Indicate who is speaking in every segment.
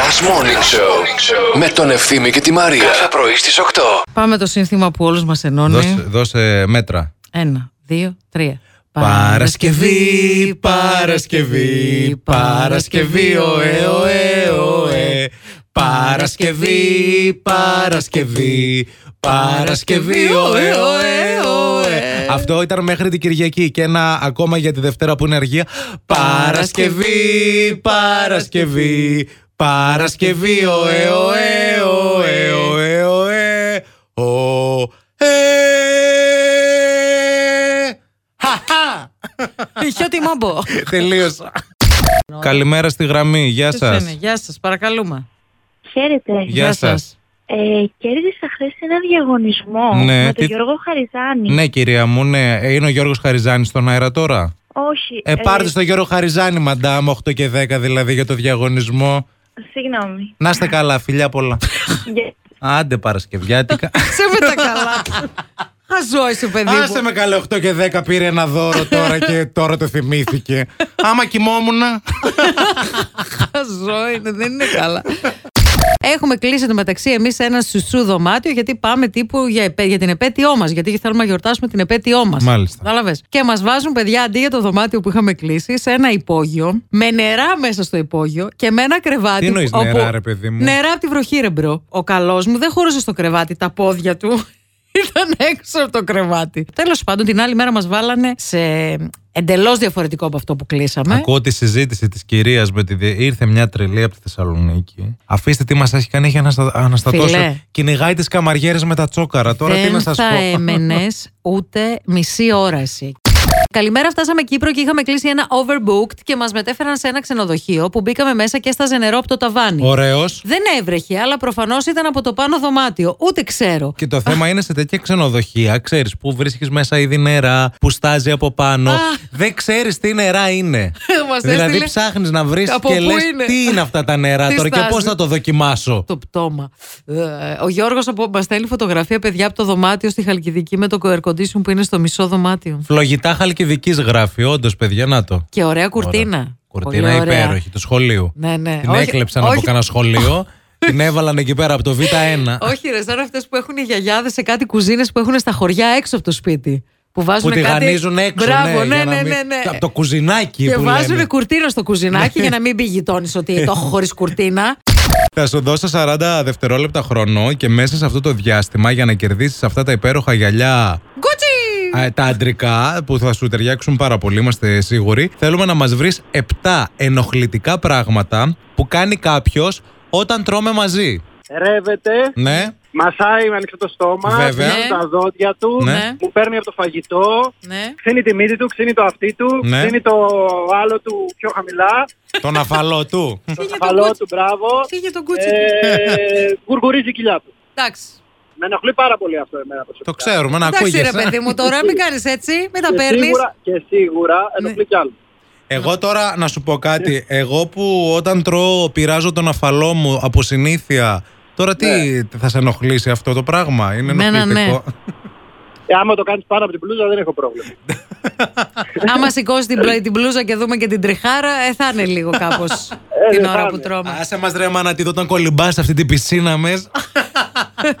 Speaker 1: Last Morning Show με τον Ευθύμη και τη Μαρία. Κάθε πρωί στις 8.
Speaker 2: Πάμε το σύνθημα που όλους μας ενώνει.
Speaker 3: Δώσε, δώσε μέτρα.
Speaker 2: Ένα, δύο, τρία.
Speaker 3: Παρασκευή, Παρασκευή, Παρασκευή, ωε, ωε, ωε. Παρασκευή, Παρασκευή, Παρασκευή, ωε, ωε, ωε. Αυτό ήταν μέχρι την Κυριακή και ένα ακόμα για τη Δευτέρα που είναι αργία. Παρασκευή, Παρασκευή, Παρασκευή, ωε, ωε, ωε, ωε, ωε, ωε. Χαχα!
Speaker 2: Χιώτη μόμπο.
Speaker 3: Τελείωσα. Καλημέρα στη γραμμή. Γεια
Speaker 2: Ποιος
Speaker 3: σας.
Speaker 2: είναι, Γεια σας, παρακαλούμε.
Speaker 4: Χαίρετε.
Speaker 3: Γεια σας.
Speaker 4: Ε, κέρδισα χθες ένα διαγωνισμό
Speaker 3: Ναι,
Speaker 4: με τον
Speaker 3: τι-
Speaker 4: Γιώργο Χαριζάνη.
Speaker 3: Ναι, κυρία μου, ναι. Ε, Είναι ο Γιώργος Χαριζάνης στον αέρα τώρα.
Speaker 4: Όχι.
Speaker 3: Ε, πάρτε στο Γιώργο Χαριζάνη, μαντάμ, 8 και 10 δηλαδή για το διαγωνισμό.
Speaker 4: Συγγνώμη.
Speaker 3: Να είστε καλά, φιλιά πολλά.
Speaker 4: Γε-
Speaker 3: Άντε Παρασκευιάτικα.
Speaker 2: Σε με τα καλά. Χαζό είσαι παιδί μου.
Speaker 3: Άσε με καλέ 8 και 10 πήρε ένα δώρο τώρα και τώρα το θυμήθηκε. Άμα κοιμόμουν.
Speaker 2: Χαζό είναι, δεν είναι καλά. Έχουμε κλείσει το μεταξύ εμεί ένα σουσού δωμάτιο γιατί πάμε τύπου για, επέ- για την επέτειό μας. Γιατί θέλουμε να γιορτάσουμε την επέτειό μας.
Speaker 3: Μάλιστα.
Speaker 2: Κατάλαβες. Και μας βάζουν παιδιά αντί για το δωμάτιο που είχαμε κλείσει σε ένα υπόγειο με νερά μέσα στο υπόγειο και με ένα κρεβάτι.
Speaker 3: Τι εννοείς
Speaker 2: όπου-
Speaker 3: νερά, ρε παιδί μου?
Speaker 2: Νερά από τη βροχή, ρε μπρο. Ο καλός μου δεν χωρούσε στο κρεβάτι τα πόδια του. Ήταν έξω από το κρεβάτι. Τέλος πάντων, την άλλη μέρα μας βάλανε σε εντελώς διαφορετικό από αυτό που κλείσαμε.
Speaker 3: Ακούω τη συζήτηση της κυρίας με τη. δι- Ήρθε μια τρελή από τη Θεσσαλονίκη. Αφήστε τι μας έχει κάνει, έχει αναστα... αναστατώσει.
Speaker 2: Φιλέ.
Speaker 3: Κυνηγάει τις καμαριέρες με τα τσόκαρα. Τώρα τι
Speaker 2: δεν
Speaker 3: να σας πω.
Speaker 2: θα έμενες ούτε μισή ώρα εσύ. Καλημέρα, φτάσαμε Κύπρο και είχαμε κλείσει ένα overbooked και μας μετέφεραν σε ένα ξενοδοχείο που μπήκαμε μέσα και έσταζε νερό από το ταβάνι.
Speaker 3: Ωραίος.
Speaker 2: Δεν έβρεχε, αλλά προφανώς ήταν από το πάνω δωμάτιο. Ούτε ξέρω.
Speaker 3: Και το θέμα είναι σε τέτοια ξενοδοχεία, ξέρεις που βρίσκεις μέσα ήδη νερά, που στάζει από πάνω. δεν ξέρεις τι νερά είναι.
Speaker 2: Μας
Speaker 3: δηλαδή
Speaker 2: έστειλε
Speaker 3: ψάχνεις να βρεις
Speaker 2: από
Speaker 3: και
Speaker 2: πού
Speaker 3: λες
Speaker 2: είναι.
Speaker 3: τι είναι αυτά τα νερά
Speaker 2: Τι
Speaker 3: τώρα και
Speaker 2: στάζει.
Speaker 3: πώ θα το δοκιμάσω.
Speaker 2: Το πτώμα. Ε, Ο Γιώργος μας στέλνει φωτογραφία, παιδιά, από το δωμάτιο στη Χαλκιδική με το air condition που είναι στο μισό δωμάτιο.
Speaker 3: Φλογητά χαλκιδικής γράφει, όντως, παιδιά, να το.
Speaker 2: Και ωραία κουρτίνα.
Speaker 3: Ωραία.
Speaker 2: Πολύ
Speaker 3: Κουρτίνα
Speaker 2: ωραία.
Speaker 3: υπέροχη του σχολείου.
Speaker 2: Ναι, ναι.
Speaker 3: Την
Speaker 2: Όχι-
Speaker 3: έκλεψαν
Speaker 2: όχι-
Speaker 3: από κανένα σχολείο. την έβαλαν εκεί πέρα από το Β1.
Speaker 2: Όχι, ρε, σαν αυτές που έχουν οι γιαγιάδες σε κάτι κουζίνες που έχουν στα χωριά έξω από το σπίτι. Που
Speaker 3: που
Speaker 2: βάζουν
Speaker 3: τη
Speaker 2: κάτι...
Speaker 3: γανίζουν έξω.
Speaker 2: Μπράβο, ναι,
Speaker 3: για να
Speaker 2: ναι,
Speaker 3: μην-
Speaker 2: ναι, ναι.
Speaker 3: Από το κουζινάκι
Speaker 2: Και
Speaker 3: που Ναι. λένε.
Speaker 2: βάζουν κουρτίνα στο κουζινάκι για να μην πει γειτόνις ότι το έχω χωρίς κουρτίνα.
Speaker 3: Θα σου δώσω 40 δευτερόλεπτα χρόνο και μέσα σε αυτό το διάστημα για να κερδίσεις αυτά τα υπέροχα γυαλιά
Speaker 2: Γκούτσι!
Speaker 3: α, τα αντρικά που θα σου ταιριάξουν πάρα πολύ, είμαστε σίγουροι. Θέλουμε να μας βρεις 7 ενοχλητικά πράγματα που κάνει κάποιος όταν τρώμε μαζί.
Speaker 5: Ρεύεται,
Speaker 3: Ναι.
Speaker 5: μασάει με ανοιχτό το στόμα,
Speaker 3: Βέβαια.
Speaker 5: σφίγγει τα δόντια του,
Speaker 3: Ναι.
Speaker 5: μου παίρνει από το φαγητό,
Speaker 2: Ναι.
Speaker 5: ξύνει τη μύτη του, ξύνει το αυτί του,
Speaker 3: Ναι.
Speaker 5: ξύνει το άλλο του πιο χαμηλά,
Speaker 3: Τον αφαλό του.
Speaker 5: το
Speaker 2: το
Speaker 5: καφαλό
Speaker 2: κούτσι.
Speaker 5: του, μπράβο,
Speaker 2: Φύγε τον κούτσι.
Speaker 5: ε, γουργουρίζει η κοιλιά του.
Speaker 2: Εντάξει.
Speaker 5: Με ενοχλεί πάρα πολύ αυτό εμένα προσωπικά.
Speaker 3: το ξέρουμε, να
Speaker 2: Εντάξει, ρε
Speaker 3: ακούγεσαι.
Speaker 2: παιδί μου, τώρα μην κάνεις έτσι, μην τα
Speaker 5: Και
Speaker 2: παίρνεις.
Speaker 5: Ε, σίγουρα, και σίγουρα ενοχλεί κι άλλο.
Speaker 3: Εγώ τώρα να σου πω κάτι. Εγώ που όταν τρώω πειράζω τον αφαλό μου από συνήθεια. Τώρα τι θα σε ενοχλήσει αυτό το πράγμα. Είναι
Speaker 2: Εμένα, ναι.
Speaker 3: ενοχλητικό.
Speaker 5: Ε, άμα το κάνεις πάνω από την πλούζα δεν έχω πρόβλημα.
Speaker 2: Άμα σηκώσει την, πλα- την πλούζα και δούμε και την τριχάρα, ε, θα είναι λίγο κάπως την
Speaker 5: Ε, δεν θα
Speaker 2: ώρα που
Speaker 5: είναι.
Speaker 2: τρώμε.
Speaker 3: Άσε μας ρε μάνα, τι δω όταν κολυμπάς σε αυτή την πισίνα μέσα.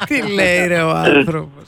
Speaker 2: Τι λέει ρε ο άνθρωπος.